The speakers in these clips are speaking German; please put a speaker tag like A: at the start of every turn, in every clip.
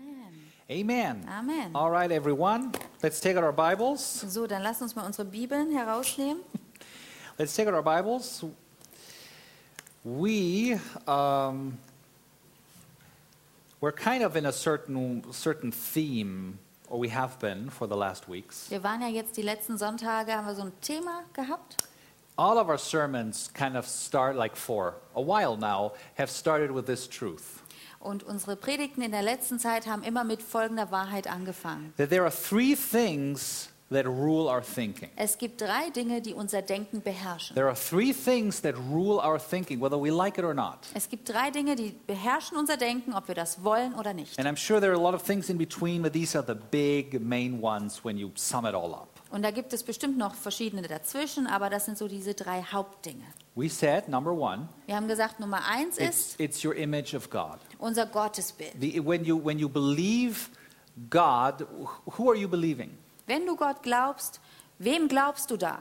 A: Amen.
B: Amen.
A: Amen.
B: All right, everyone. Let's take out our Bibles.
A: So, dann lass uns mal unsere Bibeln herausnehmen.
B: Let's take out our Bibles. We um, we're kind of in a certain certain theme, or we have been for the last weeks.
A: Wir waren ja jetzt die letzten Sonntage, haben wir so ein Thema gehabt.
B: All of our sermons kind of start like for a while now have started with this truth
A: Und unsere Predigten in der letzten Zeit haben immer mit folgender Wahrheit angefangen.
B: that there are three things that rule our thinking.
A: Es gibt drei Dinge, die unser Denken beherrschen.
B: There are three things that rule our thinking, whether we like it or not.
A: Es gibt drei Dinge, die beherrschen unser Denken, ob wir das wollen oder nicht.
B: And I'm sure there are a lot of things in between, but these are the big main ones when you sum it all up.
A: Und da gibt es bestimmt noch verschiedene dazwischen, aber das sind so diese drei Hauptdinge.
B: We said, number one,
A: Wir haben gesagt, Nummer eins
B: it's,
A: ist
B: it's your image of God.
A: unser Gottesbild.
B: The, when, you, when you believe God, wh- who are you believing?
A: Wenn du Gott glaubst, wem glaubst du da?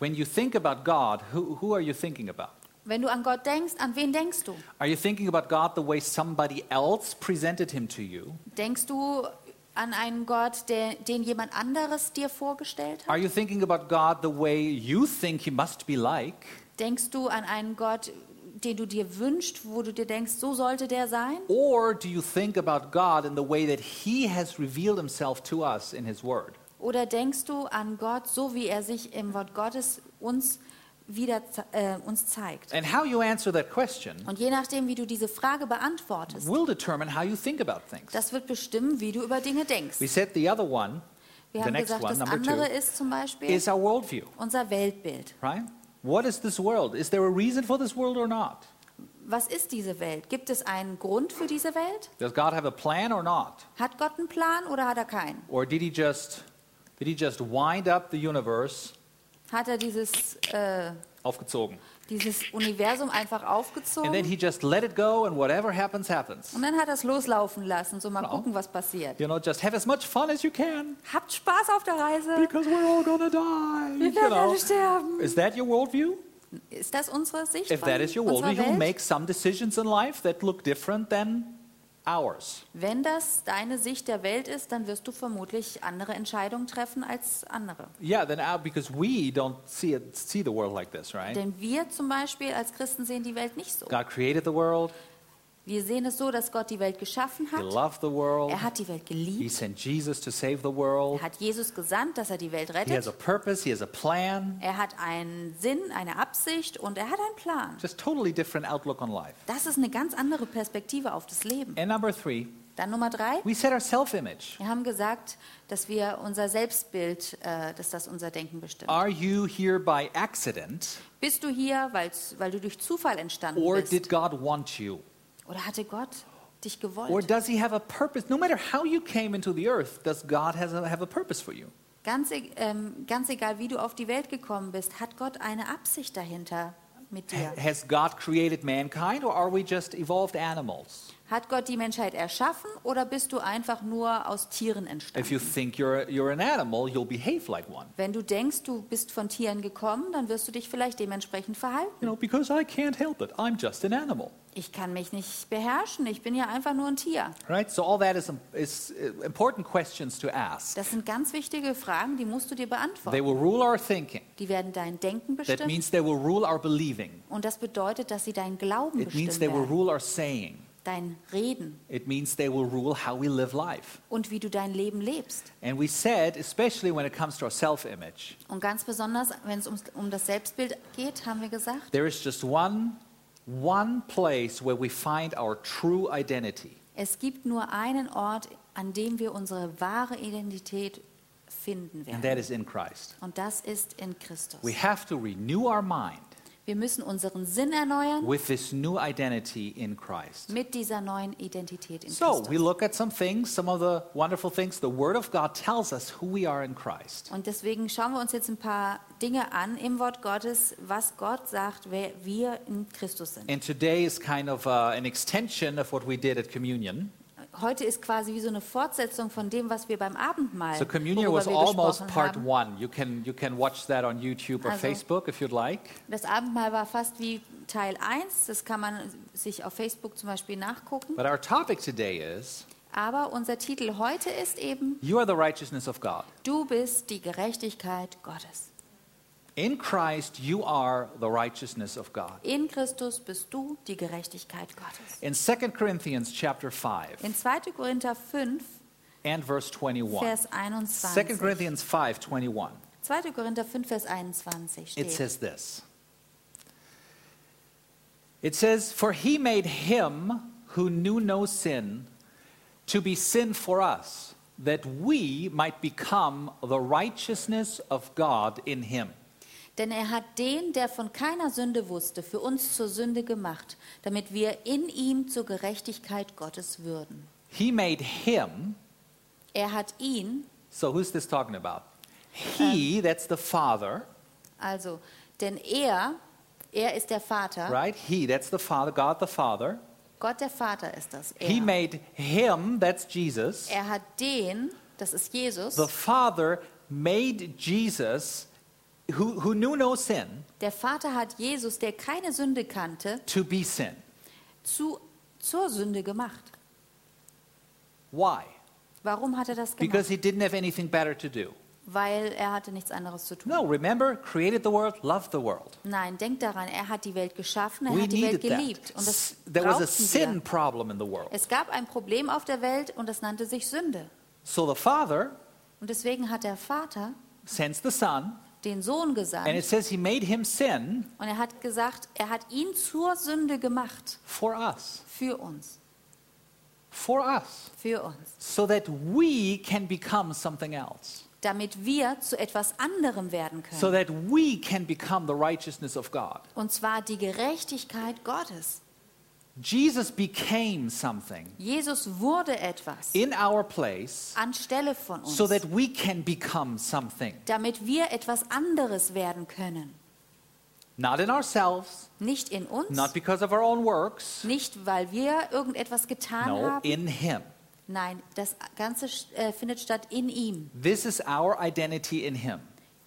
B: When you think about God, who, who are you thinking about?
A: Wenn du an Gott denkst, an wen denkst du?
B: Are you thinking about God the way somebody else presented him to you?
A: Denkst du an einen Gott, der, den jemand anderes dir vorgestellt hat?
B: Are you thinking about God the way you think he must be like?
A: Denkst du an einen Gott, den du dir wünschst, wo du dir denkst, so sollte der sein?
B: Or do you think about God in the way that he has revealed himself to us in his word?
A: Oder denkst du an Gott, so wie er sich im Wort Gottes uns wieder ze- äh, uns zeigt?
B: And how you answer that question
A: Und je nachdem, wie du diese Frage beantwortest,
B: will determine how you think about things.
A: das wird bestimmen, wie du über Dinge
B: We
A: denkst.
B: said the other one,
A: Wir
B: the
A: haben
B: next
A: gesagt,
B: one,
A: das
B: number two,
A: andere ist zum Beispiel
B: is our worldview,
A: unser Weltbild.
B: right? What is this world? Is there a reason for this world or not?
A: Was ist diese Welt? Gibt es einen Grund für diese Welt?
B: Does God have a plan or not?
A: Hat Gott einen Plan oder hat er keinen?
B: Or did he just did he just wind up the universe
A: Hat er dieses, äh,
B: aufgezogen?
A: dieses Universum einfach
B: And then
A: aufgezogen
B: he just let it go and whatever happens happens.
A: und dann hat er es loslaufen lassen. So mal
B: Genau.
A: gucken, was passiert.
B: You know, just have as much fun as you can
A: Habt Spaß auf der Reise.
B: because we're all gonna die.
A: Wir
B: You
A: werden
B: know?
A: alle sterben.
B: Is that your worldview?
A: Ist das unsere Sicht?
B: If
A: Von
B: that is your
A: unserer
B: worldview, you'll
A: Welt?
B: make some decisions in life that look different than ours.
A: Wenn das deine Sicht der Welt ist, dann wirst du vermutlich andere Entscheidungen treffen als andere.
B: Yeah, then uh, because we don't see it, see the world like this, right?
A: Denn wir zum Beispiel als Christen sehen die Welt nicht so.
B: God created the world.
A: Wir sehen es so, dass Gott die Welt geschaffen
B: He
A: hat.
B: loved the world.
A: Er hat die Welt
B: He
A: geliebt.
B: sent Jesus to save the world.
A: Er hat Jesus gesandt, dass er die Welt
B: He has
A: rettet.
B: a purpose. He has a plan.
A: Er hat einen Sinn, eine Absicht und er hat einen Plan.
B: Just totally different outlook on life.
A: Das ist eine ganz andere Perspektive auf das Leben.
B: And number three,
A: Dann Nummer drei.
B: we set our self-image.
A: Wir haben gesagt, dass wir unser Selbstbild, äh, dass das unser Denken bestimmt.
B: Are you here by accident,
A: Bist du hier, weil's- weil du durch Zufall entstanden
B: or
A: bist?
B: did God want you,
A: Oder hatte Gott dich
B: or
A: gewollt?
B: does He have a purpose? No matter how you came into the earth, does God has a, have a purpose for you?
A: Ganz, e- ähm, ganz egal, wie du auf die Welt gekommen bist, hat Gott eine Absicht dahinter mit dir.
B: Has God created mankind, or are we just evolved animals?
A: Hat Gott die Menschheit erschaffen oder bist du einfach nur aus Tieren
B: If
A: entstanden?
B: you think you're, you're an animal, you'll behave like one.
A: Wenn du denkst, du bist von Tieren gekommen, dann wirst du dich vielleicht dementsprechend verhalten.
B: You know, because I can't help it. I'm just an animal.
A: Ich kann mich nicht beherrschen, ich bin ja einfach nur ein Tier.
B: Right? So, all that is, is uh, important questions to ask.
A: Das sind ganz wichtige Fragen, die musst du dir
B: They
A: beantworten.
B: will rule our thinking.
A: Die werden dein Denken
B: That
A: bestimmen
B: means they will rule our believing.
A: und das bedeutet, dass sie deinen Glauben
B: It means they
A: bestimmen
B: will
A: werden,
B: rule our saying.
A: dein Reden
B: It means they will rule how we live life.
A: und wie du dein Leben lebst.
B: And we said, especially when it comes to our self image,
A: Und ganz besonders, wenn es um, um das Selbstbild geht, haben wir gesagt,
B: there is just one, one place where we find our true identity.
A: es gibt nur einen Ort, an dem wir unsere wahre Identität finden
B: and that
A: werden.
B: is in Christ.
A: Und das ist in Christus.
B: We have to renew our mind
A: Wir müssen unseren Sinn erneuern
B: with this new identity in Christ.
A: mit dieser neuen Identität in
B: So,
A: Christus.
B: we look at some things, some of the wonderful things. The Word of God tells us who we are in Christ.
A: Und deswegen schauen wir uns jetzt ein paar Dinge an im Wort Gottes, was Gott sagt, wer wir in Christus sind.
B: And today is kind of uh, an extension of what we did at communion.
A: heute ist quasi wie so eine Fortsetzung von dem, was wir beim Abendmahl
B: So communion
A: worüber
B: was
A: wir
B: almost
A: gesprochen
B: part
A: haben.
B: one. You can you can watch that on YouTube or
A: Also-
B: Facebook if you'd like.
A: Das Abendmahl war fast wie Teil 1, das kann man sich auf Facebook zum Beispiel nachgucken.
B: But our topic today is
A: Aber unser Titel heute ist eben,
B: you are the righteousness of God.
A: du bist die Gerechtigkeit Gottes.
B: In Christ you are the righteousness of God.
A: In Christus bist du die Gerechtigkeit Gottes.
B: In 2 Corinthians chapter 5
A: In 2. Korinther 5,
B: and verse 21.
A: Vers
B: 2
A: 21.
B: Corinthians 5:21.
A: 2. Korinther 5, Vers 21
B: It
A: steht.
B: says this. It says, For he made him who knew no sin to be sin for us, that we might become the righteousness of God in him.
A: Denn er hat den, der von keiner Sünde wusste, für uns zur Sünde gemacht, damit wir in ihm zur Gerechtigkeit Gottes würden.
B: He made him,
A: Er hat ihn,
B: so who's this talking about? He, that's the Father,
A: also, denn er, er ist der Vater,
B: right? He, that's the Father, God the Father.
A: Gott der Vater ist das.
B: He
A: Er.
B: made him, that's Jesus.
A: er hat den, das ist Jesus,
B: The Father made Jesus, who, who knew no sin,
A: der Vater hat Jesus, der keine Sünde kannte,
B: to be sin.
A: zu, zur Sünde gemacht.
B: Why?
A: Warum hat er das gemacht?
B: Because he didn't have anything better to do.
A: Weil er hatte nichts anderes zu tun.
B: No, remember, created the world, loved the world.
A: Nein, denkt daran, er hat die Welt geschaffen, er
B: We
A: hat die Welt
B: needed
A: geliebt.
B: that.
A: Und das
B: S- There was a
A: brauchten
B: sin
A: wir.
B: problem in the world.
A: Es gab ein Problem auf der Welt und das nannte sich Sünde.
B: So the Father
A: Und deswegen hat der Vater
B: sends the Son,
A: den Sohn gesandt
B: and it says he made him sin
A: und er hat gesagt, er hat ihn zur Sünde gemacht.
B: for us.
A: Für uns.
B: For us.
A: Für uns.
B: So that we can become something else.
A: Damit wir zu etwas anderem werden können.
B: So that we can become the righteousness of God.
A: und zwar die Gerechtigkeit Gottes.
B: Jesus became something
A: Jesus wurde etwas
B: in our place
A: anstelle von uns.
B: so that we can become something.
A: damit wir etwas anderes werden können.
B: Not in ourselves,
A: Nicht in uns,
B: not because of our own works.
A: nicht weil wir irgendetwas getan
B: No,
A: haben.
B: in Him.
A: Nein, das Ganze äh, findet statt in ihm.
B: This is our identity in Him.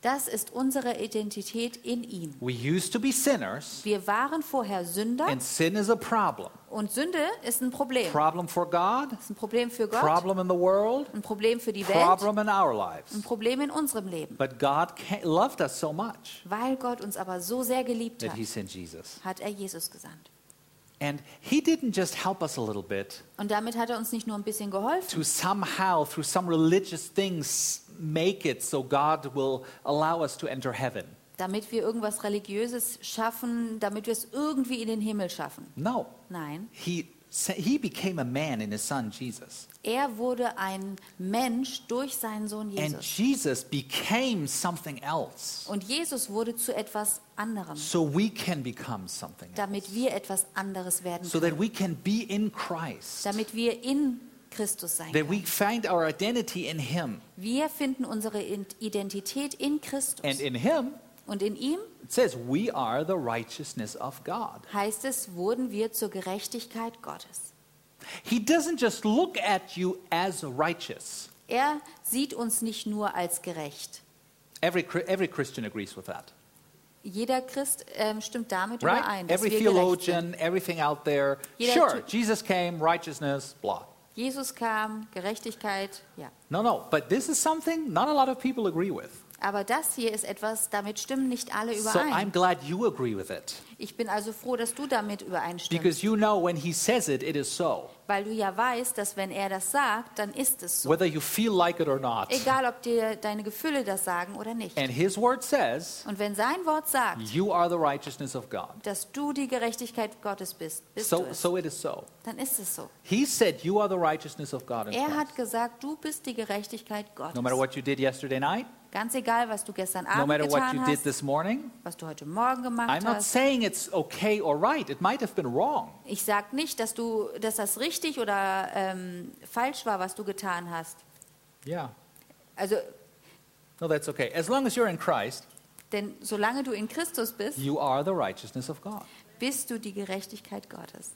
A: Das ist unsere Identität in ihm.
B: We used to be sinners,
A: Wir waren vorher Sünder
B: and sin is a problem.
A: und Sünde ist ein Problem.
B: Problem for God,
A: ist ein Problem für Gott,
B: problem in the world,
A: ein Problem für die Welt,
B: problem in our
A: ein
B: lives.
A: Problem in unserem Leben.
B: But God ca- loved us so much
A: Weil Gott uns aber so sehr geliebt
B: that
A: hat,
B: He sent Jesus.
A: hat er Jesus gesandt.
B: And He didn't just help us a little bit
A: Und damit hat er uns nicht nur ein bisschen geholfen,
B: to somehow, through some religious things, make it so God will allow us to enter heaven.
A: damit wir irgendwas Religiöses schaffen, damit wir es irgendwie in den Himmel schaffen.
B: No.
A: Nein,
B: He, sa- he became a man in His Son, Jesus.
A: er wurde ein Mensch durch seinen Sohn
B: And
A: Jesus.
B: Jesus became something else.
A: Und Jesus wurde zu etwas anderem,
B: so we can become something else.
A: damit wir etwas anderes werden
B: so
A: können,
B: that we can be in Christ
A: damit wir in Christus sein
B: that
A: können.
B: we find our identity in him
A: Wir finden unsere Ident- Identität in Christus.
B: and in him
A: Und in ihm
B: it says we are the righteousness of God
A: heißt es, wurden wir zur Gerechtigkeit Gottes.
B: he doesn't just look at you as righteous
A: Er sieht uns nicht nur als gerecht.
B: every Chri- every Christian agrees with that
A: Jeder Christ ähm, stimmt damit
B: right
A: überein, dass
B: every
A: wir gerecht sind.
B: theologian everything out there
A: Jeder
B: sure
A: Typ.
B: Jesus came righteousness blah
A: Jesus kam, Gerechtigkeit, ja.
B: no no but this is something not a lot of people agree with
A: Aber das hier ist etwas, damit stimmen nicht alle
B: so I'm
A: überein.
B: glad you agree with it
A: Ich bin also froh, dass du damit übereinstimmst,
B: because you know when he says it it is so
A: weil du ja weißt, dass wenn er das sagt, dann ist es so.
B: whether you feel like it or not.
A: Egal, ob dir deine Gefühle das sagen oder nicht.
B: And his word says,
A: Und wenn sein Wort sagt,
B: You are the righteousness of God.
A: dass du die Gerechtigkeit Gottes bist, bist du
B: So,
A: es.
B: so it is so.
A: dann ist es so.
B: He said, You are the righteousness of God. In
A: Er
B: Christ.
A: hat gesagt, du bist die Gerechtigkeit Gottes.
B: No matter what you did yesterday night,
A: Ganz egal, was du gestern Abend
B: no matter what
A: getan
B: you did
A: hast,
B: this morning,
A: was du heute Morgen gemacht
B: I'm not
A: hast.
B: saying it's okay or right. It might have been wrong.
A: Ich sage nicht, dass, du, dass das richtig oder ähm, falsch war, was du getan hast.
B: Yeah.
A: Also,
B: No, that's okay. As long as you're in Christ,
A: denn solange du in Christus bist,
B: you are the righteousness of God.
A: bist du die Gerechtigkeit Gottes.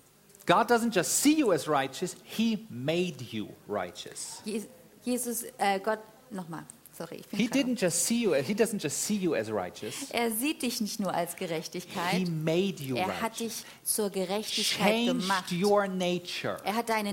B: God doesn't just see you as righteous, He made you righteous.
A: Je- Jesus, äh, Gott, nochmal, sorry, ich bin
B: He
A: gerade-
B: didn't just see you, He doesn't just see you as righteous,
A: Er sieht dich nicht nur als
B: He
A: Gerechtigkeit,
B: made you
A: er hat
B: righteous.
A: dich zur Gerechtigkeit
B: Changed
A: gemacht.
B: your nature
A: Er hat deine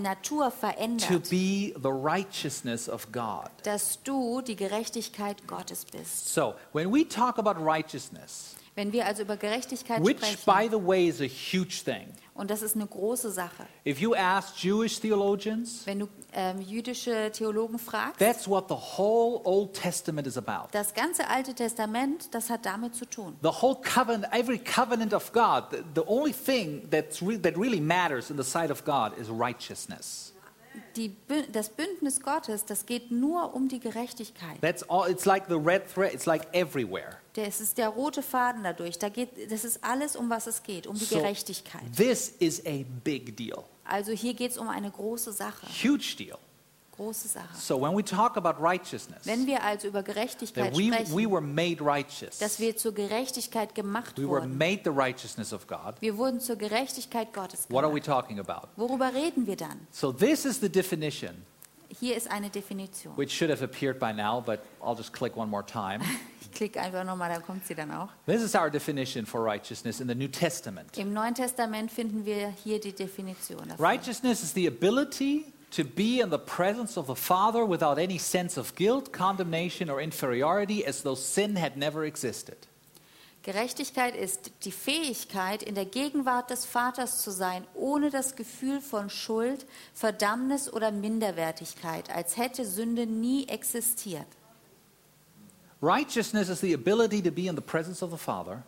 B: to
A: Natur verändert,
B: be the righteousness of God.
A: dass du die Gerechtigkeit Gottes bist.
B: So, when we talk about righteousness,
A: Wenn wir also über Gerechtigkeit
B: which by
A: sprechen,
B: the way is a huge thing,
A: und das ist eine große Sache,
B: if you ask Jewish theologians,
A: wenn du ähm, jüdische Theologen fragst,
B: that's what the whole Old Testament is about.
A: das ganze Alte Testament, das hat damit zu tun.
B: The whole covenant, every covenant of God, the, the only thing that's re- that really matters in the sight of God is righteousness.
A: Die, Bü- das Bündnis Gottes, das geht nur um die Gerechtigkeit.
B: That's all. It's like the red thread. It's like everywhere.
A: Der, es ist der rote Faden dadurch. Da geht, das ist alles, um was es geht, um die
B: So
A: Gerechtigkeit.
B: this is a big deal,
A: Also hier geht es um eine große Sache.
B: huge deal.
A: Große Sache.
B: So when we talk about righteousness,
A: Wenn wir also über
B: that
A: Gerechtigkeit
B: we,
A: sprechen,
B: we were made righteous,
A: dass wir zur Gerechtigkeit gemacht
B: we were
A: wurden.
B: made the righteousness of God.
A: Wir wurden zur Gerechtigkeit Gottes
B: What are we
A: gemacht.
B: talking about?
A: Worüber reden wir dann?
B: So this is the definition,
A: Hier ist eine Definition.
B: which should have appeared by now, but I'll just click one more time.
A: Ich klicke einfach nochmal, dann kommt sie dann auch.
B: this is our definition for righteousness in the New Testament.
A: Im Neuen Testament finden wir hier die Definition. Dafür.
B: Righteousness is the ability to be in the presence of the Father without any sense of guilt, condemnation, or inferiority, as though sin had never existed.
A: Gerechtigkeit ist die Fähigkeit, in der Gegenwart des Vaters zu sein, ohne das Gefühl von Schuld, Verdammnis oder Minderwertigkeit, als hätte Sünde nie existiert.
B: Righteousness is the ability to be in the presence of the Father.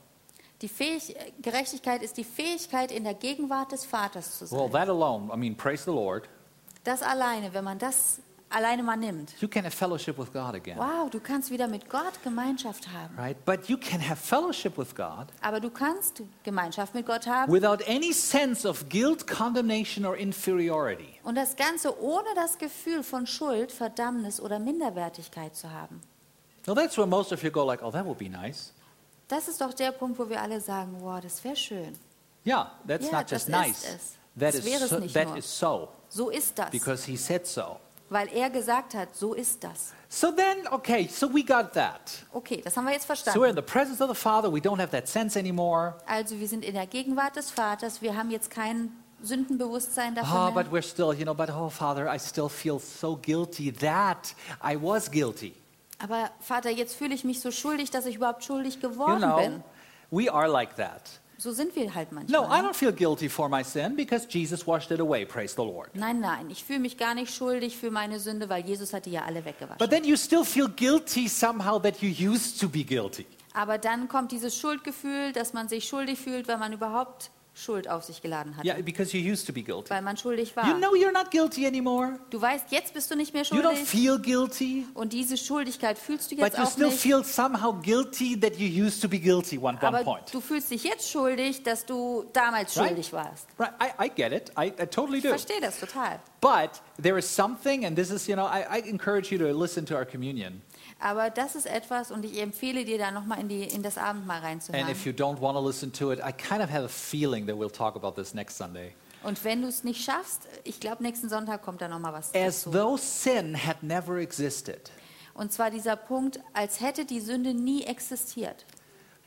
A: Die Fähig äh, Gerechtigkeit ist die Fähigkeit, in der Gegenwart des Vaters zu sein.
B: Well, that alone, I mean, praise the Lord.
A: Das alleine, wenn man das alleine mal nimmt.
B: You can have fellowship with God again,
A: Wow, du kannst wieder mit Gott Gemeinschaft haben.
B: right? But you can have fellowship with God
A: Aber du kannst Gemeinschaft mit Gott haben
B: without any sense of guilt, condemnation, or inferiority.
A: und das Ganze ohne das Gefühl von Schuld, Verdammnis oder Minderwertigkeit zu haben.
B: Now, that's where most of you go like, oh, that would be nice.
A: Das ist doch der Punkt, wo wir alle sagen, wow, das wäre schön.
B: Yeah, that's
A: Ja,
B: not just
A: das ist
B: nice.
A: es.
B: That
A: Das
B: is,
A: wäre es
B: so,
A: nicht
B: that
A: nur.
B: is so
A: So ist das,
B: because he said so.
A: weil er gesagt hat, so ist das.
B: So then, okay, so we got that.
A: Okay, das haben wir jetzt
B: So we're
A: verstanden.
B: in the presence of the Father. We don't have that sense anymore.
A: Also wir sind in der Gegenwart des Vaters, wir haben jetzt kein Sündenbewusstsein
B: Oh,
A: davon.
B: but
A: mehr.
B: we're still, you know, but oh, Father, I still feel so guilty that I was guilty.
A: Aber Vater, jetzt fühle ich mich so schuldig, dass ich überhaupt schuldig
B: You
A: geworden
B: know,
A: bin.
B: we are like that.
A: So sind wir halt manchmal.
B: No, I don't feel guilty for my sin because Jesus washed it away. Praise the Lord.
A: Nein, nein, ich fühle mich gar nicht schuldig für meine Sünde, weil Jesus hat die ja alle weggewaschen.
B: But then you still feel guilty somehow that you used to be guilty.
A: Aber dann kommt dieses Schuldgefühl, dass man sich schuldig fühlt, weil man überhaupt Schuld auf sich geladen hat,
B: Yeah, because you used to be guilty.
A: weil man schuldig war.
B: You know you're not guilty anymore.
A: du weißt, jetzt bist du nicht mehr
B: You don't
A: schuldig
B: feel guilty,
A: und diese Schuldigkeit fühlst du
B: but
A: jetzt
B: you
A: auch
B: still
A: nicht.
B: feel somehow guilty that you used to be guilty one, one
A: Aber
B: point.
A: du fühlst dich jetzt schuldig, dass du damals
B: Right?
A: schuldig warst.
B: Right, I, I get it. I, I totally
A: Ich
B: do.
A: verstehe das total.
B: But there is something, and this is, you know, I, I encourage you to listen to our communion.
A: Aber das ist etwas und ich empfehle dir da nochmal in, die- in das Abendmahl
B: And
A: reinzuhören.
B: if you don't want to listen to it, I kind of have a feeling that we'll talk about this next Sunday.
A: Und wenn du es nicht schaffst, ich glaube, nächsten Sonntag kommt da nochmal was
B: As
A: dazu.
B: though sin had never existed,
A: Und zwar dieser Punkt, als hätte die Sünde nie existiert.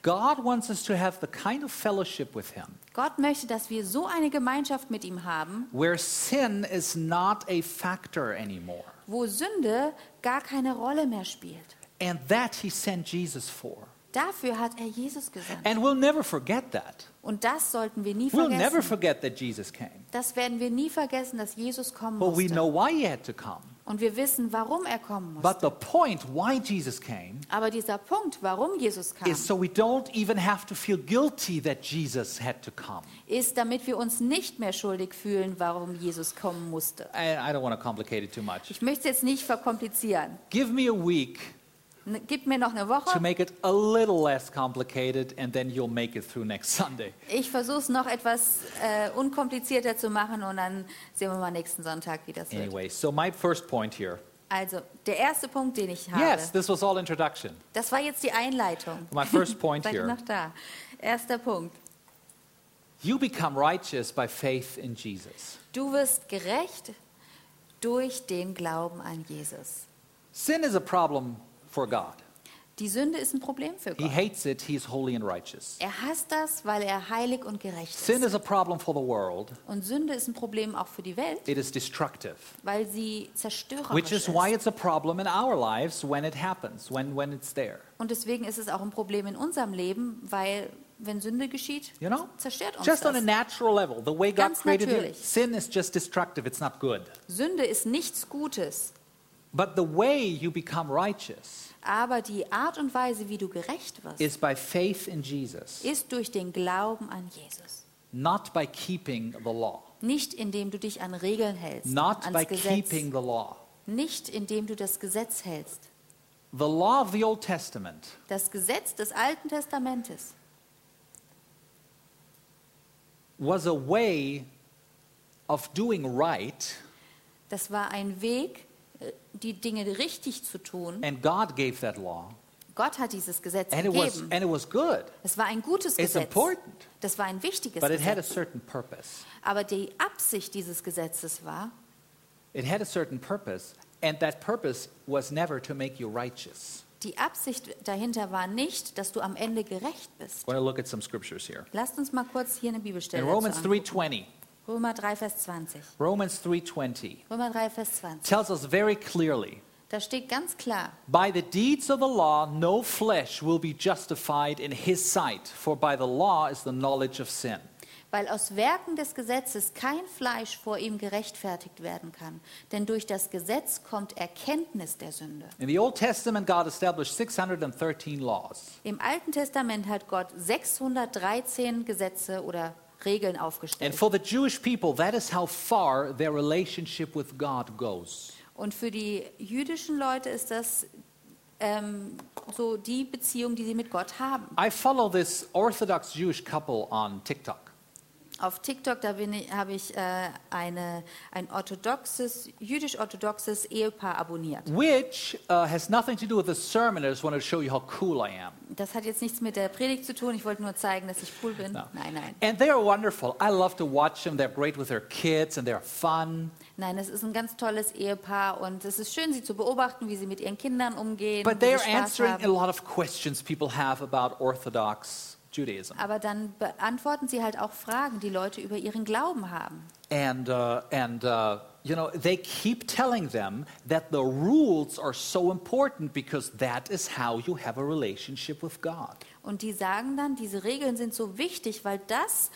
B: God wants us to have the kind of fellowship with Him
A: Gott möchte, dass wir so eine Gemeinschaft mit ihm haben,
B: where sin is not a factor anymore.
A: wo Sünde gar keine Rolle mehr spielt.
B: And that He sent Jesus for.
A: Dafür hat er Jesus gesandt.
B: And we'll never forget that.
A: Und das sollten wir nie
B: We'll never
A: vergessen.
B: forget that Jesus came.
A: Das werden wir nie vergessen, dass Jesus kommen
B: But we know
A: musste.
B: why He had to come.
A: Und wir wissen, warum er kommen musste.
B: But the point why Jesus came
A: Aber dieser Punkt, warum Jesus kam,
B: is so we don't even have to feel guilty that Jesus had to come.
A: ist, damit wir uns nicht mehr schuldig fühlen, warum Jesus kommen musste.
B: I, I don't want to complicate it too much.
A: Ich möchte es jetzt nicht verkomplizieren.
B: Give me a week
A: Ne- Gib mir noch eine
B: to
A: Woche.
B: make it a little less complicated, and then you'll make it through next Sunday.
A: Ich versuche es noch etwas äh, unkomplizierter zu machen und dann sehen wir mal nächsten Sonntag, wie das wird.
B: Anyway, so my first point here.
A: Also, der erste Punkt, den ich habe,
B: Yes, this was all introduction.
A: das war jetzt die Einleitung.
B: My first point
A: Seid ihr
B: here.
A: noch da? Erster Punkt.
B: You become righteous by faith in Jesus.
A: Du wirst gerecht durch den Glauben an Jesus.
B: Sin is a problem for God.
A: Die Sünde ist ein Problem für
B: He
A: Gott.
B: hates it, he's holy and righteous.
A: Er hasst das, weil er heilig und gerecht
B: Sin
A: ist.
B: is a problem for the world,
A: Und Sünde ist ein Problem auch für die Welt,
B: it is destructive.
A: weil sie zerstörerisch
B: Which is why
A: ist.
B: it's a problem in our lives when it happens, when, when it's there.
A: Und deswegen ist es auch ein Problem in unserem Leben, weil wenn Sünde geschieht,
B: You know?
A: zerstört uns
B: Just on a
A: das.
B: natural level, the way God
A: Ganz
B: created
A: natürlich.
B: it, sin is just destructive, it's not good.
A: Sünde ist nichts Gutes,
B: But the way you become righteous
A: aber die Art und Weise, wie du gerecht wirst,
B: is by faith in Jesus,
A: ist durch den Glauben an Jesus.
B: not by keeping the law,
A: Nicht indem du dich an Regeln hältst,
B: not by
A: ans Gesetz.
B: keeping the law.
A: Nicht indem du das Gesetz hältst.
B: The law of the Old Testament
A: Das Gesetz des Alten Testamentes
B: was a way of doing right,
A: Das war ein Weg, äh, die Dinge richtig zu tun.
B: and God gave that law,
A: Gott hat dieses Gesetz
B: and it was,
A: gegeben.
B: and it was good,
A: Es war ein gutes
B: it's
A: Gesetz.
B: important,
A: Das war ein wichtiges
B: but it had a
A: Gesetz.
B: certain purpose.
A: Aber die Absicht dieses Gesetzes war,
B: It had a certain purpose, and that purpose was never to make you righteous.
A: die Absicht dahinter war nicht, dass du am Ende gerecht bist.
B: I want to look at some scriptures here.
A: Lasst uns mal kurz hier eine Bibelstelle
B: In Romans
A: dazu angucken.
B: 3:20,
A: Römer 3, Vers 20.
B: Romans 3:20
A: Römer 3, Vers 20.
B: tells us very clearly,
A: Da steht ganz klar,
B: by the deeds of the law no flesh will be justified in his sight, for by the law is the knowledge of sin.
A: weil aus Werken des Gesetzes kein Fleisch vor ihm gerechtfertigt werden kann. Denn durch das Gesetz kommt Erkenntnis der Sünde.
B: In the Old Testament God established 613 laws.
A: Im Alten Testament hat Gott 613 Gesetze oder Regeln
B: And
A: aufgestellt.
B: for the Jewish people that is how far their relationship with God goes.
A: Und für die jüdischen Leute ist das ähm, so die Beziehung, die sie mit Gott haben.
B: I follow this Orthodox Jewish couple on TikTok.
A: Auf TikTok, da bin ich- habe ich äh, eine, ein orthodoxes, jüdisch-orthodoxes Ehepaar abonniert.
B: which uh, has nothing to do with the sermon. I just wanted to show you how cool I am.
A: Das hat jetzt nichts mit der Predigt zu tun. Ich wollte nur zeigen, dass ich cool bin.
B: No.
A: Nein, nein.
B: And they are wonderful. I love to watch them. They're great with their kids and they're fun.
A: Nein, es ist ein ganz tolles Ehepaar und es ist schön, sie zu beobachten, wie sie mit ihren Kindern umgehen.
B: But
A: wie
B: they're
A: sie Spaß
B: answering
A: haben.
B: a lot of questions people have about Orthodox Judaism.
A: Aber dann beantworten sie halt auch Fragen, die Leute über ihren Glauben haben.
B: And, uh, and uh, you know, they keep telling them that the rules are so important because that is how you have a relationship with God.
A: Und die sagen dann, diese Regeln sind so wichtig, weil das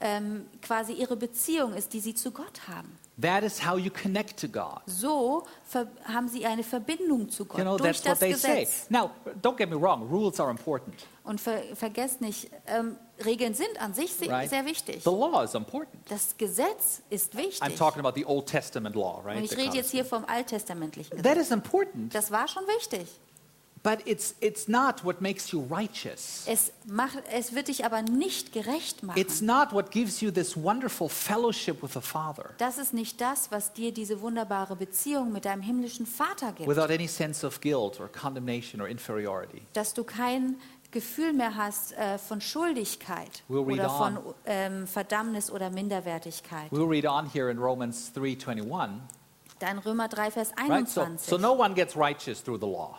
A: ähm, quasi ihre Beziehung ist, die sie zu Gott haben.
B: That is how you connect to God.
A: So ver- haben sie eine Verbindung zu Gott
B: You know,
A: durch
B: that's what
A: das
B: they say.
A: Gesetz.
B: Now, don't get me wrong, rules are important.
A: Und ver vergesst nicht, ähm, Regeln sind an sich se
B: right?
A: sehr wichtig.
B: The law is important.
A: Das Gesetz ist
B: I'm
A: wichtig.
B: talking about the Old Testament law,
A: Und
B: right?
A: ich
B: That
A: rede jetzt
B: covers-
A: hier vom alttestamentlichen Gesetz.
B: That is important,
A: Das war schon wichtig.
B: but it's it's not what makes you righteous.
A: Es, macht, es wird dich aber nicht gerecht machen.
B: It's not what gives you this wonderful fellowship with the Father
A: Das ist nicht das, was dir diese wunderbare Beziehung mit deinem himmlischen Vater gibt.
B: without any sense of guilt or condemnation or inferiority.
A: dass du kein Gefühl mehr hast äh, von Schuldigkeit
B: We'll read
A: oder
B: on.
A: von ähm, Verdammnis oder Minderwertigkeit.
B: We'll read on here in Romans 3:21,
A: Dann Römer 3, Vers
B: right? So,
A: 21.
B: so no one gets righteous through the law.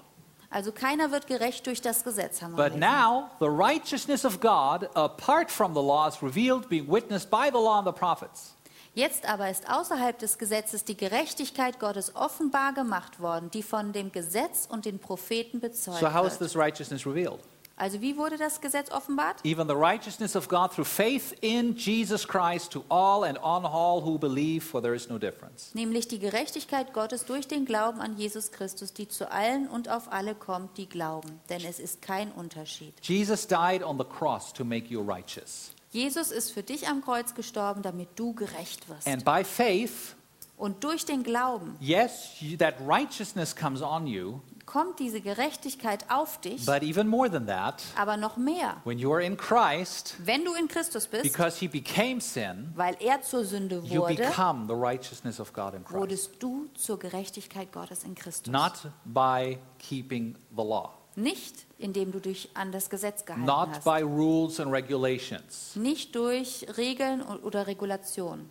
A: also keiner wird gerecht durch das Gesetz, haben wir
B: But
A: gelesen.
B: now the righteousness of God apart from the law is revealed being witnessed by the law and the prophets.
A: Jetzt aber ist außerhalb des Gesetzes die Gerechtigkeit Gottes offenbar gemacht worden, die von dem Gesetz und den Propheten bezeugt
B: So how is
A: wird.
B: this righteousness revealed?
A: Also wie wurde das Gesetz offenbart?
B: even the righteousness of God through faith in Jesus Christ to all and on all who believe, for there is no difference.
A: Nämlich die Gerechtigkeit Gottes durch den Glauben an Jesus Christus, die zu allen und auf alle kommt, die glauben. Denn es ist kein Unterschied.
B: Jesus died on the cross to make you righteous.
A: Jesus ist für dich am Kreuz gestorben, damit du gerecht wirst.
B: And by faith,
A: Und durch den Glauben
B: yes, you, that righteousness comes on you,
A: kommt diese Gerechtigkeit auf dich,
B: but even more than that,
A: aber noch mehr.
B: when you are in Christ,
A: Wenn du in Christus bist,
B: because he became sin,
A: weil er zur Sünde
B: you
A: wurde,
B: become the righteousness of God in Christ.
A: wurdest du zur Gerechtigkeit Gottes in Christus.
B: Not by keeping the law.
A: Nicht, indem du dich an das Gesetz gehalten
B: not
A: hast.
B: by rules and regulations.
A: Nicht durch Regeln o- oder Regulationen.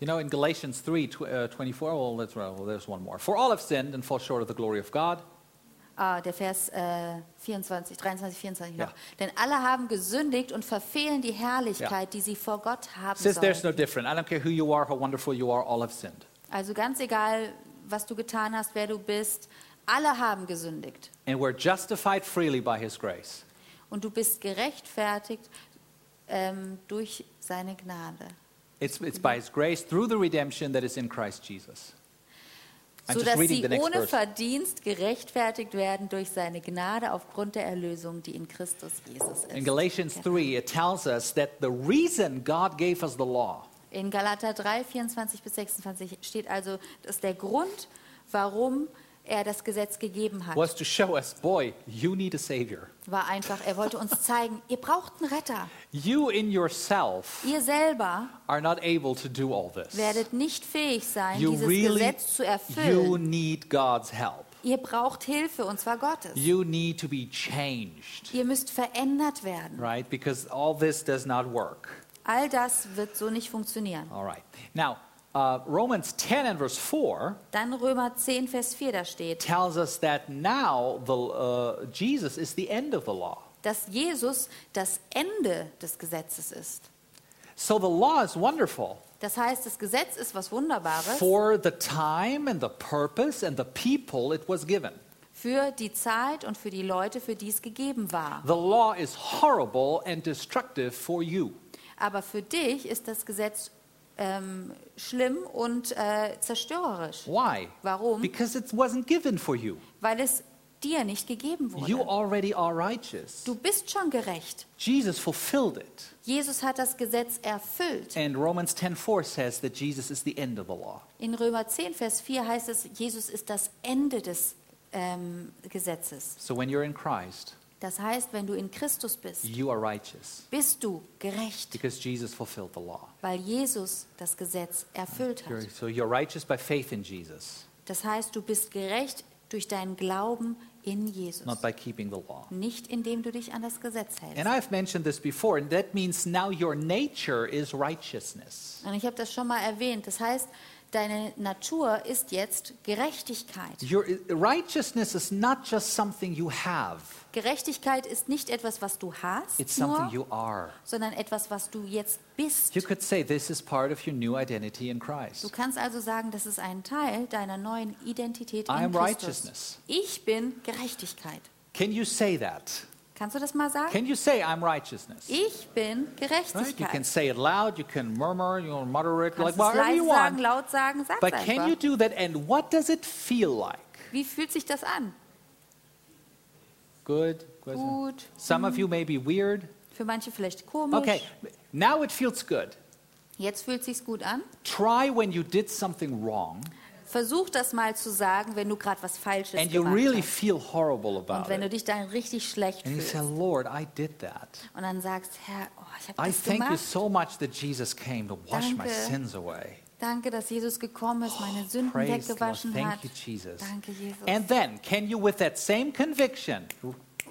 B: You know, in Galatians 3 tw- uh, 24, well, let's, well, there's one more. For all have sinned and fall short of the glory of God.
A: Ah, der Vers äh, 24, 23, 24 noch.
B: Ja.
A: Denn alle haben gesündigt und verfehlen die Herrlichkeit, die sie vor Gott haben
B: Says there's
A: sollen.
B: no different. I don't care who you are, how wonderful you are, all have sinned.
A: Also ganz egal, was du getan hast, wer du bist, alle haben gesündigt.
B: And we're justified freely by his grace.
A: Und du bist gerechtfertigt ähm, durch seine Gnade.
B: It's, it's by his grace through the redemption that is in Christ Jesus. I'm
A: So
B: just
A: dass
B: reading
A: sie
B: the next
A: ohne
B: verse.
A: Verdienst gerechtfertigt werden durch seine Gnade aufgrund der Erlösung, die in Christus Jesus
B: In
A: ist.
B: Galatians 3, it tells us that the reason God gave us the law
A: In Galater 3, 24 bis 26 steht also, dass der Grund, warum er das Gesetz gegeben hat,
B: was to show us, boy, you need a savior.
A: war einfach, er wollte uns zeigen, ihr braucht einen Retter.
B: You in yourself
A: Ihr selber
B: are not able to do all this.
A: werdet nicht fähig sein,
B: You
A: dieses
B: really
A: Gesetz zu
B: you
A: erfüllen.
B: need God's help.
A: Ihr braucht Hilfe, und zwar Gottes.
B: You need to be changed,
A: Ihr müsst verändert werden.
B: right? Because all this does not work.
A: All das wird so nicht funktionieren.
B: All right. Now, uh, Romans 10 and verse 4
A: Dann Römer 10, Vers 4, da steht,
B: tells us that now the, uh, Jesus is the end of the law.
A: dass Jesus das Ende des Gesetzes ist.
B: So the law is wonderful
A: Das heißt, das Gesetz ist was Wunderbares
B: for the time and the purpose and the people it was given.
A: für die Zeit und für die Leute, für die es gegeben war.
B: The law is horrible and destructive for you.
A: Aber für dich ist das Gesetz ähm, schlimm und äh, zerstörerisch.
B: Why?
A: Warum?
B: Because it wasn't given for you.
A: Weil es dir nicht gegeben
B: You
A: wurde.
B: already are righteous.
A: Du bist schon gerecht.
B: Jesus fulfilled it.
A: Jesus hat das Gesetz erfüllt.
B: And Romans 10:4 says that Jesus is the end of the law.
A: In Römer 10, Vers 4 heißt es, Jesus ist das Ende des ähm, Gesetzes.
B: So when you're in Christ,
A: Das heißt, wenn du in Christus bist,
B: you are righteous
A: bist du gerecht,
B: because Jesus fulfilled the law.
A: weil Jesus das Gesetz erfüllt
B: You're-
A: hat.
B: so you're righteous by faith in Jesus,
A: Das heißt, du bist gerecht durch deinen Glauben in Jesus,
B: not by keeping the law.
A: nicht indem du dich an das Gesetz hältst.
B: And I've mentioned this before, and that means now your nature is righteousness.
A: Und ich habe das schon mal erwähnt. Das heißt, deine Natur ist jetzt Gerechtigkeit.
B: Your righteousness is not just something you have,
A: Gerechtigkeit ist nicht etwas, was du hast,
B: it's something
A: nur,
B: you are.
A: sondern etwas, was du jetzt bist.
B: You could say this is part of your new identity in
A: Du
B: Christ.
A: kannst also sagen, das ist ein Teil deiner neuen Identität
B: I
A: in
B: am
A: Christus.
B: righteousness.
A: Ich bin Gerechtigkeit.
B: Can you say that?
A: Kannst du das mal sagen?
B: Can you say I'm righteousness?
A: Ich bin
B: Right? You can
A: Gerechtigkeit.
B: say it loud, you can murmur, you can mutter it, like
A: Kannst du es
B: whatever you
A: leise sagen,
B: want.
A: laut sagen, sag
B: But can you
A: einfach.
B: do that? And what does it feel like?
A: Wie fühlt sich das an?
B: Good. question.
A: Gut.
B: Some of you may be weird.
A: Für manche vielleicht komisch.
B: Okay, now it feels good.
A: Jetzt fühlt sich's gut an.
B: Try when you did something wrong
A: Versuch das mal zu sagen, wenn du gerade was Falsches
B: and you
A: gemacht
B: really
A: hast.
B: feel horrible
A: Und
B: about
A: wenn du
B: it.
A: dich dann richtig schlecht
B: And you
A: fühlst.
B: say, Lord, I did that.
A: Und dann sagst, Herr, oh, ich habe
B: I
A: das
B: thank you
A: gemacht.
B: so much that Jesus came to wash my
A: Danke.
B: sins away.
A: Danke, dass Jesus gekommen ist, meine Sünden
B: Oh, Praise the Lord.
A: weggewaschen hat.
B: Thank you, Jesus.
A: Danke, Jesus.
B: And then, can you, with that same conviction,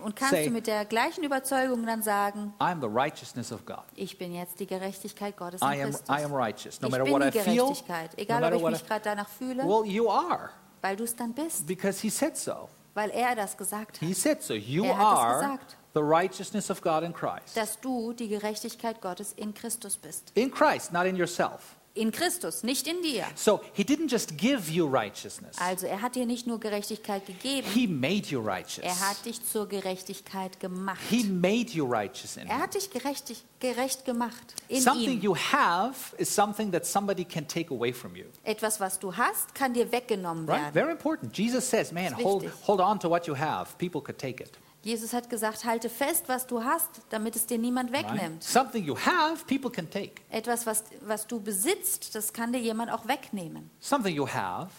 A: Und kannst
B: say,
A: du mit der gleichen Überzeugung dann sagen,
B: I'm the righteousness of God?
A: ich bin jetzt die Gerechtigkeit Gottes in
B: I am,
A: Christus.
B: I am righteous, no
A: ich
B: matter
A: bin
B: what
A: die
B: I feel.
A: Gerechtigkeit,
B: no
A: egal
B: matter
A: ob ich
B: what
A: mich
B: I-
A: gerade danach fühle,
B: Well, you are,
A: weil du es dann bist,
B: because he said so.
A: weil er das gesagt hat,
B: He said so. You
A: Er hat es
B: are
A: gesagt.
B: the righteousness of God in Christ.
A: dass du die Gerechtigkeit Gottes in Christus bist.
B: In Christ, not in yourself.
A: In Christus, nicht in dir.
B: So he didn't just give you righteousness,
A: Also er hat dir nicht nur Gerechtigkeit gegeben,
B: he made you
A: er
B: righteous.
A: hat dich zur Gerechtigkeit gemacht.
B: He made you righteous in
A: Er
B: him.
A: hat dich gerechtig, gerecht gemacht in
B: Something
A: ihm.
B: you have is something that somebody can take away from you.
A: Etwas, was du hast, kann dir weggenommen
B: Right?
A: werden.
B: Very important. Jesus says, man,
A: Ist
B: hold,
A: wichtig.
B: hold on to what you have. People could take it.
A: Jesus hat gesagt, halte fest, was du hast, damit es dir niemand
B: right?
A: wegnimmt.
B: Something you have, people can take.
A: Etwas, was, was du besitzt, das kann dir jemand auch wegnehmen.
B: Something you have,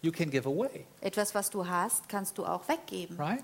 B: you can give away,
A: Etwas, was du hast, kannst du auch weggeben.
B: right?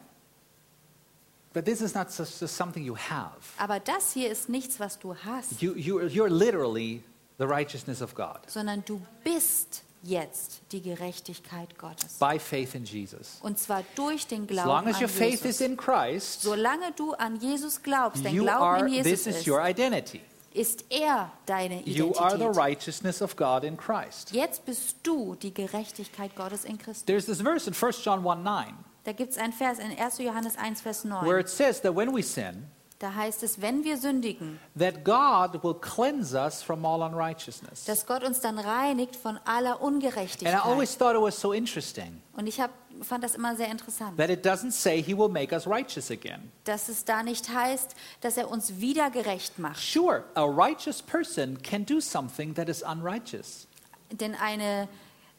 B: But this is not just, just something you have.
A: Aber das hier ist nichts, was du hast,
B: You, you, you're literally the righteousness of God.
A: sondern du bist jetzt die Gerechtigkeit Gottes.
B: by faith in Jesus.
A: Und zwar durch den
B: As
A: Glauben
B: long as
A: an
B: your faith is
A: Jesus.
B: in Christ,
A: Solange du an Jesus glaubst, dein
B: you
A: Glauben
B: are,
A: in Jesus
B: this is
A: ist,
B: your identity.
A: ist er deine
B: You are the
A: Identität.
B: righteousness of God in Christ.
A: Jetzt bist du die Gerechtigkeit Gottes in Christus.
B: There's this verse in 1 John 1 9
A: Da gibt es einen Vers in 1. Johannes 1, Vers 9.
B: where it says that when we sin,
A: Da heißt es, wenn wir sündigen,
B: that God will cleanse us from all unrighteousness.
A: dass Gott uns dann reinigt von aller
B: And I
A: Ungerechtigkeit.
B: always thought it was so interesting
A: Und ich hab, fand das immer sehr interessant,
B: that it doesn't say he will make us righteous again.
A: dass es da nicht heißt, dass er uns wieder gerecht macht.
B: Sure, a righteous person can do something that is unrighteous.
A: Denn eine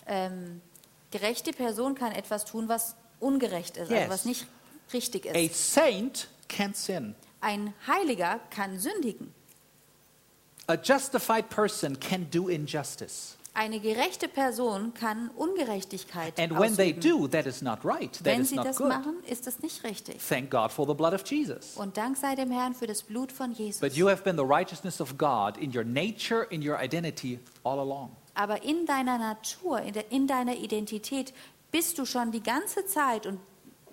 A: ähm, gerechte Person kann etwas tun, was ungerecht ist,
B: Yes.
A: also was nicht richtig
B: A
A: ist.
B: saint can't sin.
A: Ein Heiliger kann sündigen.
B: A justified person can do injustice.
A: Eine gerechte Person kann Ungerechtigkeit
B: And when they
A: ausüben.
B: do, that is not right. That
A: Wenn
B: is
A: sie
B: not
A: das
B: good.
A: machen, ist es nicht richtig.
B: Thank God for the blood of Jesus.
A: Und dank sei dem Herrn für das Blut von Jesus.
B: But you have been the righteousness of God in your nature, in your identity all along.
A: Aber in deiner Natur, in, der, in deiner Identität bist du schon die ganze Zeit und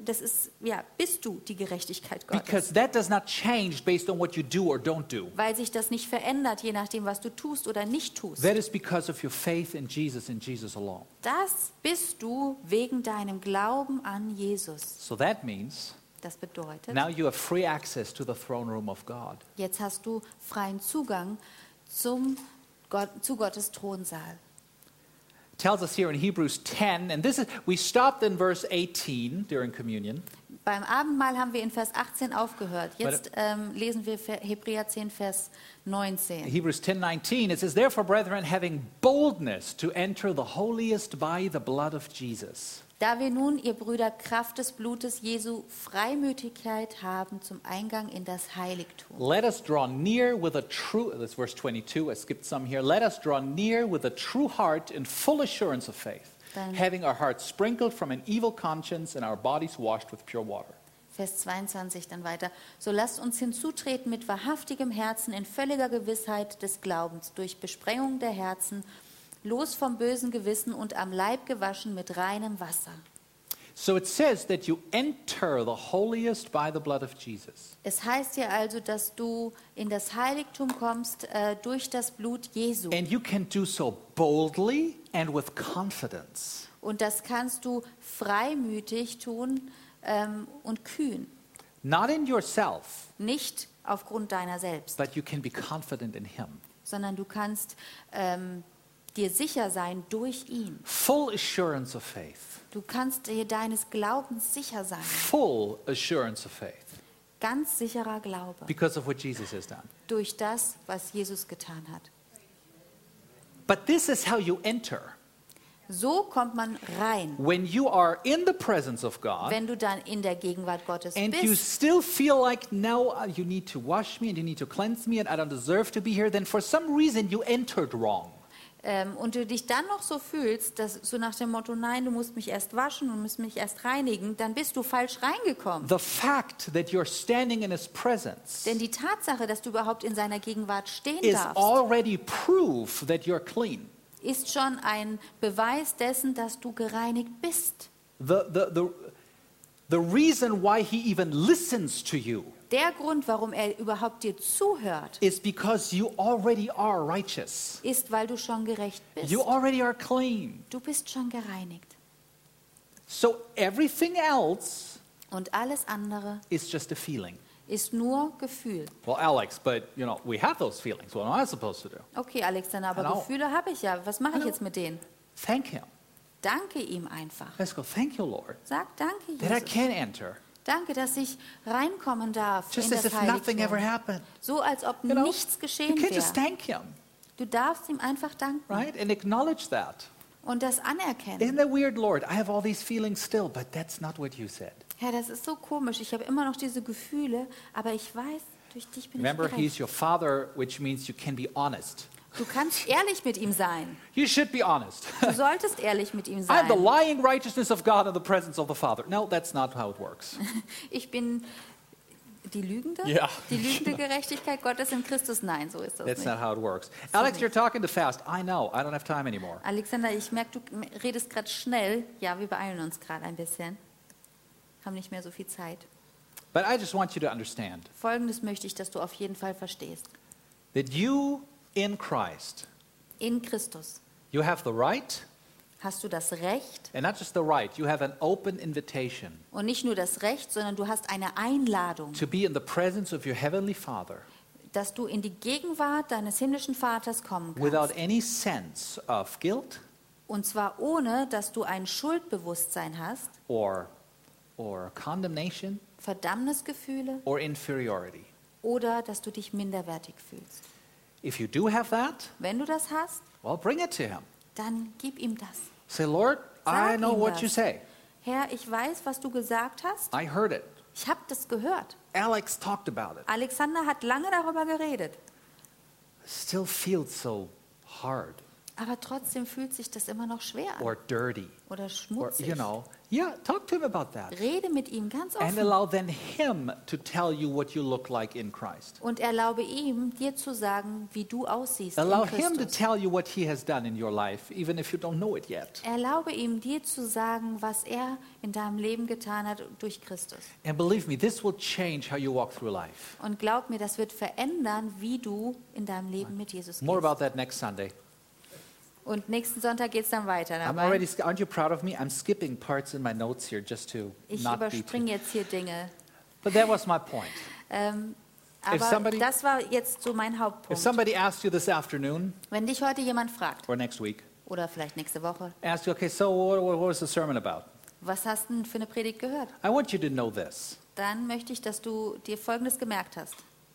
A: das ist, ja, bist du die Gerechtigkeit Gottes.
B: Because that does not change based on what you do or don't do.
A: weil sich das nicht verändert, je nachdem, was du tust oder nicht tust.
B: That is because of your faith in Jesus and Jesus alone.
A: Das bist du wegen deinem Glauben an Jesus.
B: So that means
A: Das bedeutet,
B: now you have free access to the throne room of God.
A: jetzt hast du freien Zugang zum Gott, zu Gottes Thronsaal.
B: It tells us here in Hebrews 10, and this is we stopped in verse 18 during communion,
A: Beim Abendmahl haben wir in Vers 18 aufgehört.
B: Warte.
A: Jetzt ähm, lesen wir Ver- Hebräer 10, Vers 19.
B: Hebrews 10:19. It says, "Therefore, brethren, having boldness to enter the holiest by the blood of Jesus."
A: Da wir nun, ihr Brüder, Kraft des Blutes Jesu Freimütigkeit haben zum Eingang in das Heiligtum.
B: Let us draw near with a true, that's verse 22, I skipped some here. Let us draw near with a true heart in full assurance of faith,
A: Dann-
B: having our hearts sprinkled from an evil conscience and our bodies washed with pure water.
A: Vers 22 dann weiter. So lasst uns hinzutreten mit wahrhaftigem Herzen in völliger Gewissheit des Glaubens, durch Besprengung der Herzen, los vom bösen Gewissen und am Leib gewaschen mit reinem Wasser.
B: So it says that you enter the holiest by the blood of Jesus.
A: Es heißt ja also, dass du in das Heiligtum kommst äh, durch das Blut Jesu.
B: And you can do so boldly and with confidence.
A: Und das kannst du freimütig tun ähm, und kühn.
B: Not in yourself,
A: nicht aufgrund deiner selbst,
B: but you can be confident in Him.
A: sondern du kannst ähm, dir sicher sein durch ihn.
B: Full assurance of faith.
A: Du kannst dir deines Glaubens sicher sein,
B: Full assurance of faith
A: ganz sicherer Glaube
B: because of what Jesus has done.
A: durch das, was Jesus getan hat.
B: But this is how you enter.
A: So kommt man rein,
B: When you are in the presence of God
A: wenn du dann in der Gegenwart Gottes
B: and you
A: bist.
B: still feel like, no, uh, you need to wash me and you need to cleanse me and I don't deserve to be here, then for some reason you entered wrong.
A: Ähm, und du dich dann noch so fühlst, dass so nach dem Motto, nein, du musst mich erst waschen und musst mich erst reinigen, dann bist du falsch reingekommen.
B: The fact that you're standing in His presence
A: Denn die Tatsache, dass du überhaupt in seiner Gegenwart stehen
B: is
A: darfst,
B: already proof that you're clean.
A: ist schon ein Beweis dessen, dass du gereinigt bist.
B: The, the, the, the reason why He even listens to you
A: Der Grund, warum er überhaupt dir zuhört,
B: is because you already are righteous,
A: ist, weil du schon gerecht bist.
B: you already are clean.
A: Du bist schon gereinigt.
B: So everything else
A: Und alles andere
B: is just a feeling.
A: ist nur Gefühl.
B: Well, Alex, but you know, we have those feelings. What am I supposed to do?
A: Okay, Alexander, aber
B: Genau.
A: Gefühle habe ich ja. Was mache ich
B: Genau.
A: jetzt mit denen?
B: Thank him.
A: Danke ihm einfach.
B: Let's go. Thank you, Lord,
A: Sag danke,
B: that I
A: Jesus.
B: can enter.
A: Danke, dass ich reinkommen darf
B: Just
A: in
B: as
A: das
B: if nothing ever
A: Heiligtum.
B: happened.
A: So, als ob
B: You know,
A: nichts
B: you
A: geschehen
B: can just
A: wäre.
B: thank him,
A: Du darfst ihm einfach danken
B: right? And acknowledge that.
A: und das anerkennen.
B: Isn't that weird, Lord? I have all these feelings still, but that's not what you said.
A: Ja, das ist so komisch. Ich habe immer noch diese Gefühle, aber ich weiß, durch dich bin
B: Remember,
A: ich gerecht.
B: he's your father, which means you can be honest.
A: Du kannst ehrlich mit ihm sein.
B: You should be honest.
A: Du solltest ehrlich mit ihm
B: I'm the
A: sein.
B: lying righteousness of God in the presence of the Father. No, that's not how it works.
A: Ich bin die lügende?
B: Ja.
A: Die lügende Gerechtigkeit Gottes in Christus? Nein, so ist das
B: That's
A: nicht.
B: not how it works. Alex, you're talking too fast. I know. I don't have time anymore.
A: Alexander, ich merke, du m- redest gerade schnell. Ja, wir beeilen uns gerade ein bisschen. Haben nicht mehr so viel Zeit.
B: But I just want you to understand
A: Folgendes möchte ich, dass du auf jeden Fall verstehst.
B: that you in Christ,
A: In Christus
B: you have the right,
A: hast du das Recht
B: and not just the right, you have an open invitation
A: und nicht nur das Recht, sondern du hast eine Einladung,
B: to be in the presence of your heavenly Father
A: dass du in die Gegenwart deines himmlischen Vaters kommen
B: without
A: kannst.
B: any sense of guilt
A: Und zwar ohne, dass du ein Schuldbewusstsein hast,
B: or or condemnation
A: Verdammnisgefühle
B: or inferiority.
A: oder dass du dich minderwertig fühlst.
B: If you do have that,
A: Wenn du das hast,
B: well, bring it to him.
A: dann gib ihm das.
B: Say, Lord, I
A: Sag
B: know
A: ihm
B: what
A: das.
B: you say.
A: Herr, ich weiß, was du gesagt hast.
B: I heard it.
A: Ich habe das gehört.
B: Alex talked about it.
A: Alexander hat lange darüber geredet.
B: Still feels so hard
A: Aber trotzdem fühlt sich das immer noch schwer an
B: or dirty
A: oder
B: or
A: schmutzig.
B: you know. Yeah, talk to him about that.
A: Rede mit ihm ganz
B: And
A: offen
B: allow then him to tell you what you look like in Christ.
A: und erlaube ihm, dir zu sagen, wie du aussiehst
B: Allow
A: in
B: him to
A: Christus.
B: tell you what he has done in your life, even if you don't know it yet.
A: Erlaube ihm, dir zu sagen, was er in deinem Leben getan hat durch Christus.
B: And believe me, this will change how you walk through life.
A: Und glaub mir, das wird verändern, wie du in deinem Leben mit Jesus
B: More
A: gehst.
B: about that next Sunday.
A: Und nächsten Sonntag geht es dann weiter.
B: I'm
A: dabei.
B: already, aren't you proud of me? I'm skipping parts in my notes here just to
A: Ich
B: not be. too-
A: überspringe jetzt hier Dinge.
B: But that was my point.
A: Ähm,
B: If
A: aber
B: somebody-
A: das war jetzt so mein
B: If
A: Hauptpunkt.
B: somebody asks you this afternoon
A: Wenn dich heute jemand fragt,
B: or next week,
A: oder vielleicht nächste Woche,
B: ask you, okay, so what, what was the sermon about?
A: was hast du denn für eine Predigt gehört?
B: I want you to know this.
A: Dann möchte ich, dass du dir Folgendes gemerkt hast.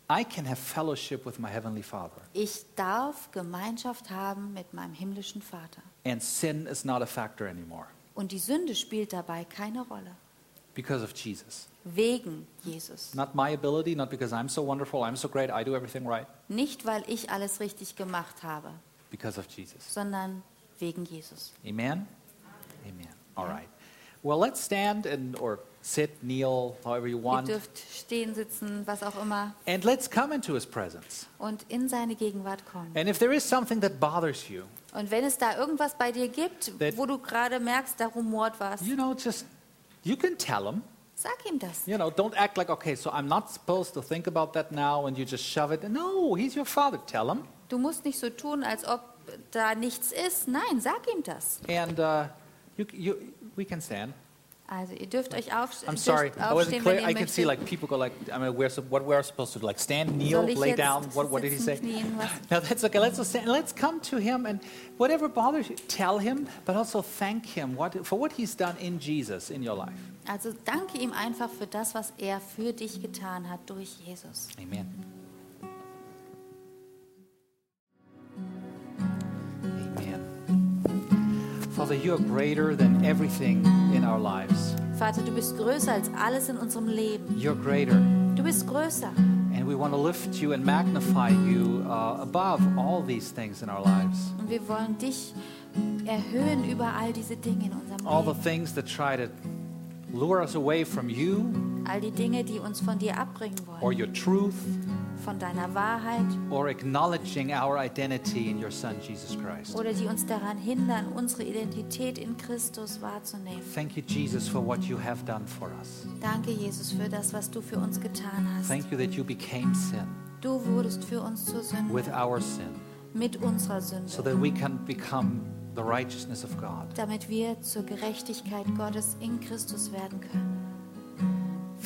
B: I can have fellowship with my Heavenly Father,
A: Ich darf Gemeinschaft haben mit meinem himmlischen Vater.
B: and sin is not a factor anymore
A: Und die Sünde spielt dabei keine Rolle.
B: because of Jesus.
A: Wegen Jesus.
B: Not my ability, not because I'm so wonderful, I'm so great, I do everything right,
A: Nicht, weil ich alles richtig gemacht habe,
B: because of Jesus.
A: sondern wegen Jesus.
B: Amen? Amen. All right. Well, let's stand and or sit, kneel, however you
A: Ihr
B: want,
A: dürft stehen, sitzen, was auch immer,
B: and let's come into His presence.
A: und in seine Gegenwart kommen.
B: And if there is something that bothers you,
A: Und wenn es da irgendwas bei dir gibt,
B: That-
A: wo du gerade merkst, da rumort was,
B: you know, just you can tell Him.
A: sag ihm das.
B: You know, don't act like, okay, so I'm not supposed to think about that now and you just shove it. No, he's your father. Tell him.
A: Du musst nicht so tun, als ob da nichts ist. Nein, sag ihm das.
B: And uh, you, you, we can stand.
A: Also ihr dürft euch aufs-
B: I'm
A: dürft
B: sorry. I wasn't
A: aufstehen, wenn
B: clear.
A: ihr
B: I can see
A: möchtet.
B: like people go like, I mean, we're, sup- what we're supposed to do, like stand, kneel,
A: Soll ich
B: lay
A: jetzt
B: down. What, what did he
A: sitzen,
B: say?
A: knien, was?
B: No, that's okay. Let's just stand. Let's come to him and whatever bothers you, tell him, but also thank him what, for what he's done in Jesus in your life.
A: Also danke ihm einfach für das, was er für dich getan hat durch Jesus.
B: Amen. Amen. Father, you are greater than everything in our lives.
A: Vater, du bist größer als alles in unserem Leben.
B: You're greater.
A: Du bist größer.
B: And we want to lift you and magnify you uh, above all these things in our lives.
A: Und wir wollen dich erhöhen über all diese Dinge in
B: All
A: unserem
B: the
A: Leben.
B: things that try to lure us away from you
A: All die Dinge, die uns von dir abbringen
B: or
A: wollen.
B: your truth
A: Von deiner Wahrheit.
B: or acknowledging our identity in your Son, Jesus Christ.
A: oder die uns daran hindern, unsere Identität in Christus wahrzunehmen.
B: Thank you, Jesus, for what you have done for us.
A: Danke, Jesus, für das, was du für uns getan hast.
B: Thank you that you became sin
A: Du wurdest für uns zur Sünde,
B: with our sin.
A: mit unserer
B: so
A: Sünde,
B: that we can become the righteousness of God.
A: damit wir zur Gerechtigkeit Gottes in Christus werden können.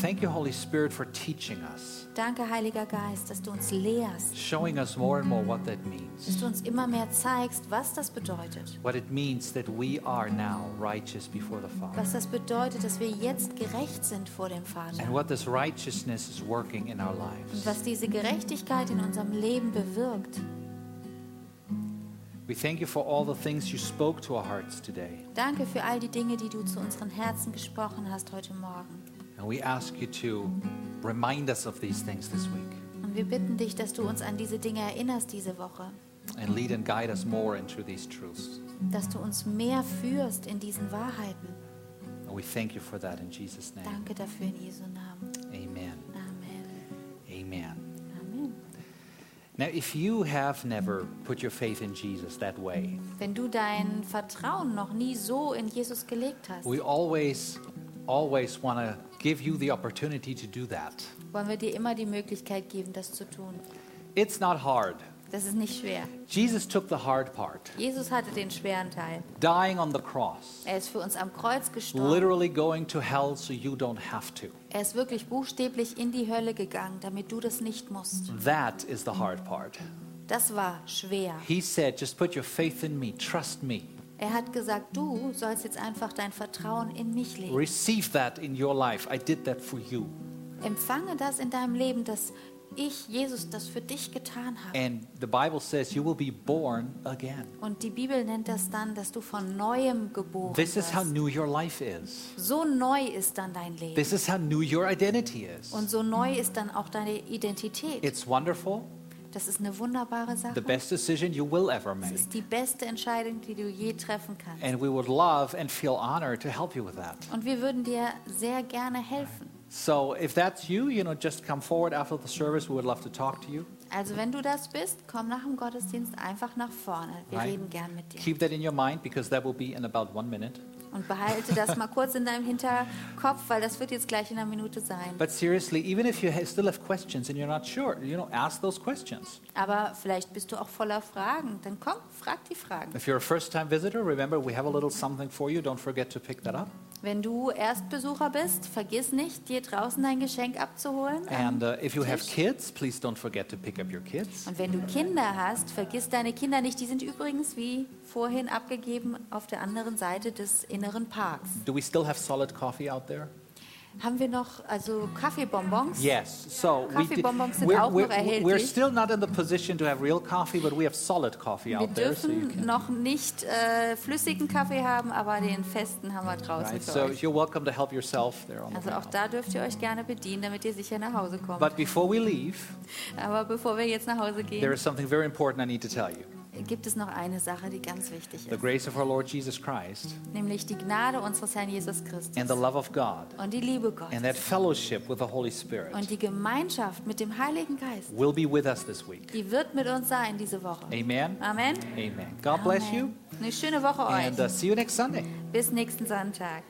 B: Thank you, Holy Spirit, for teaching us,
A: Danke, Heiliger Geist, dass du uns lehrst,
B: showing us more and more what that
A: dass
B: means.
A: du uns immer mehr zeigst, was das bedeutet.
B: What it means that we are now righteous before the Father.
A: Was das bedeutet, dass wir jetzt gerecht sind vor dem
B: And
A: Vater.
B: what this righteousness is working in our
A: Und
B: lives.
A: was diese Gerechtigkeit in unserem Leben bewirkt.
B: We thank you for all the things you spoke to our hearts today.
A: Danke für all die Dinge, die du zu unseren Herzen gesprochen hast heute Morgen.
B: And we ask you to remind us of these things this week
A: Und wir bitten dich, dass du uns an diese Dinge erinnerst diese Woche,
B: and lead and guide us more into these truths.
A: dass du uns mehr führst in diesen Wahrheiten.
B: And we thank you for that in Jesus' name.
A: Danke dafür in Jesu Namen.
B: Amen.
A: Amen.
B: Now, if you have never put your faith in Jesus that way,
A: Wenn du dein Vertrauen noch nie so in Jesus gelegt hast,
B: we always, always want to give you the opportunity to do that.
A: wollen wir dir immer die Möglichkeit geben, das zu tun.
B: It's not hard.
A: Das ist nicht schwer.
B: Jesus took the hard part,
A: Jesus hatte den schweren Teil.
B: dying on the cross,
A: Er ist für uns am Kreuz gestorben.
B: literally going to hell so you don't have to.
A: Er ist wirklich buchstäblich in die Hölle gegangen, damit du das nicht musst.
B: That is the hard part.
A: Das war schwer.
B: He said, Just put your faith in me, trust me,
A: Er hat gesagt, du sollst jetzt einfach dein Vertrauen in mich legen.
B: receive that in your life. I did that for you.
A: Empfange das in deinem Leben, dass ich, Jesus, das für dich getan habe.
B: And the Bible says you will be born again.
A: Und die Bibel nennt das dann, dass du von Neuem geboren
B: This is
A: wirst.
B: how new your life is.
A: So neu ist dann dein Leben.
B: This is how new your identity is.
A: Und so neu ist dann auch deine Identität.
B: It's wonderful,
A: Das ist eine wunderbare
B: the
A: Sache.
B: best decision you will ever
A: Es
B: make.
A: ist die beste Entscheidung, die du je treffen kannst.
B: And we would love and feel honored to help you with that.
A: Und wir würden dir sehr gerne helfen.
B: So if that's you, you know, just come forward after the service. We would love to talk to you.
A: Also wenn du das bist, komm nach dem Gottesdienst einfach nach vorne. Wir
B: Nein.
A: reden gern mit dir.
B: Keep that in your mind because that will be in about one minute.
A: Und behalte das mal kurz in deinem Hinterkopf, weil das wird jetzt gleich in einer Minute sein.
B: But seriously, even if you ha- still have questions and you're not sure, you know, ask those questions.
A: Aber vielleicht bist du auch voller Fragen. Dann komm, frag die Fragen.
B: If you're a first time visitor, remember we have a little something for you. Don't forget to pick that up.
A: Wenn du Erstbesucher bist, vergiss nicht, dir draußen dein Geschenk abzuholen.
B: And uh, if you have
A: Tisch.
B: kids, please don't forget to pick up your kids.
A: Und wenn du Kinder hast, vergiss deine Kinder nicht. Die sind übrigens, wie vorhin abgegeben, auf der anderen Seite des inneren Parks.
B: Do we still have solid coffee out there?
A: Haben wir noch also Kaffeebonbons?
B: Yes. So we
A: Coffee
B: di-
A: bonbons sind
B: we're,
A: auch
B: we're,
A: noch erhältlich.
B: we're still not in the position to have real coffee, but we have solid coffee
A: Wir
B: out there. So you
A: dürfen
B: can.
A: noch nicht äh, flüssigen Kaffee haben, aber den festen haben wir draußen
B: Right.
A: für
B: So
A: euch.
B: you're welcome to help yourself there on the
A: Also
B: way
A: auch
B: out.
A: da dürft ihr euch gerne bedienen, damit ihr sicher nach Hause kommt.
B: But before we leave,
A: aber bevor wir jetzt nach Hause
B: there
A: gehen,
B: is something very important I need to tell you.
A: gibt es noch eine Sache, die ganz wichtig
B: The
A: ist,
B: grace of our Lord Jesus Christ
A: nämlich die Gnade unseres Herrn Jesus Christus
B: and the love of God
A: und die Liebe
B: and that
A: Gottes
B: fellowship with the Holy Spirit
A: und die Gemeinschaft mit dem Heiligen Geist.
B: will be with us this week.
A: Die wird mit uns sein diese Woche.
B: Amen.
A: Amen.
B: Amen. God bless you
A: Amen. Eine schöne Woche
B: and uh,
A: euch.
B: see you next Sunday.
A: Bis nächsten Sonntag.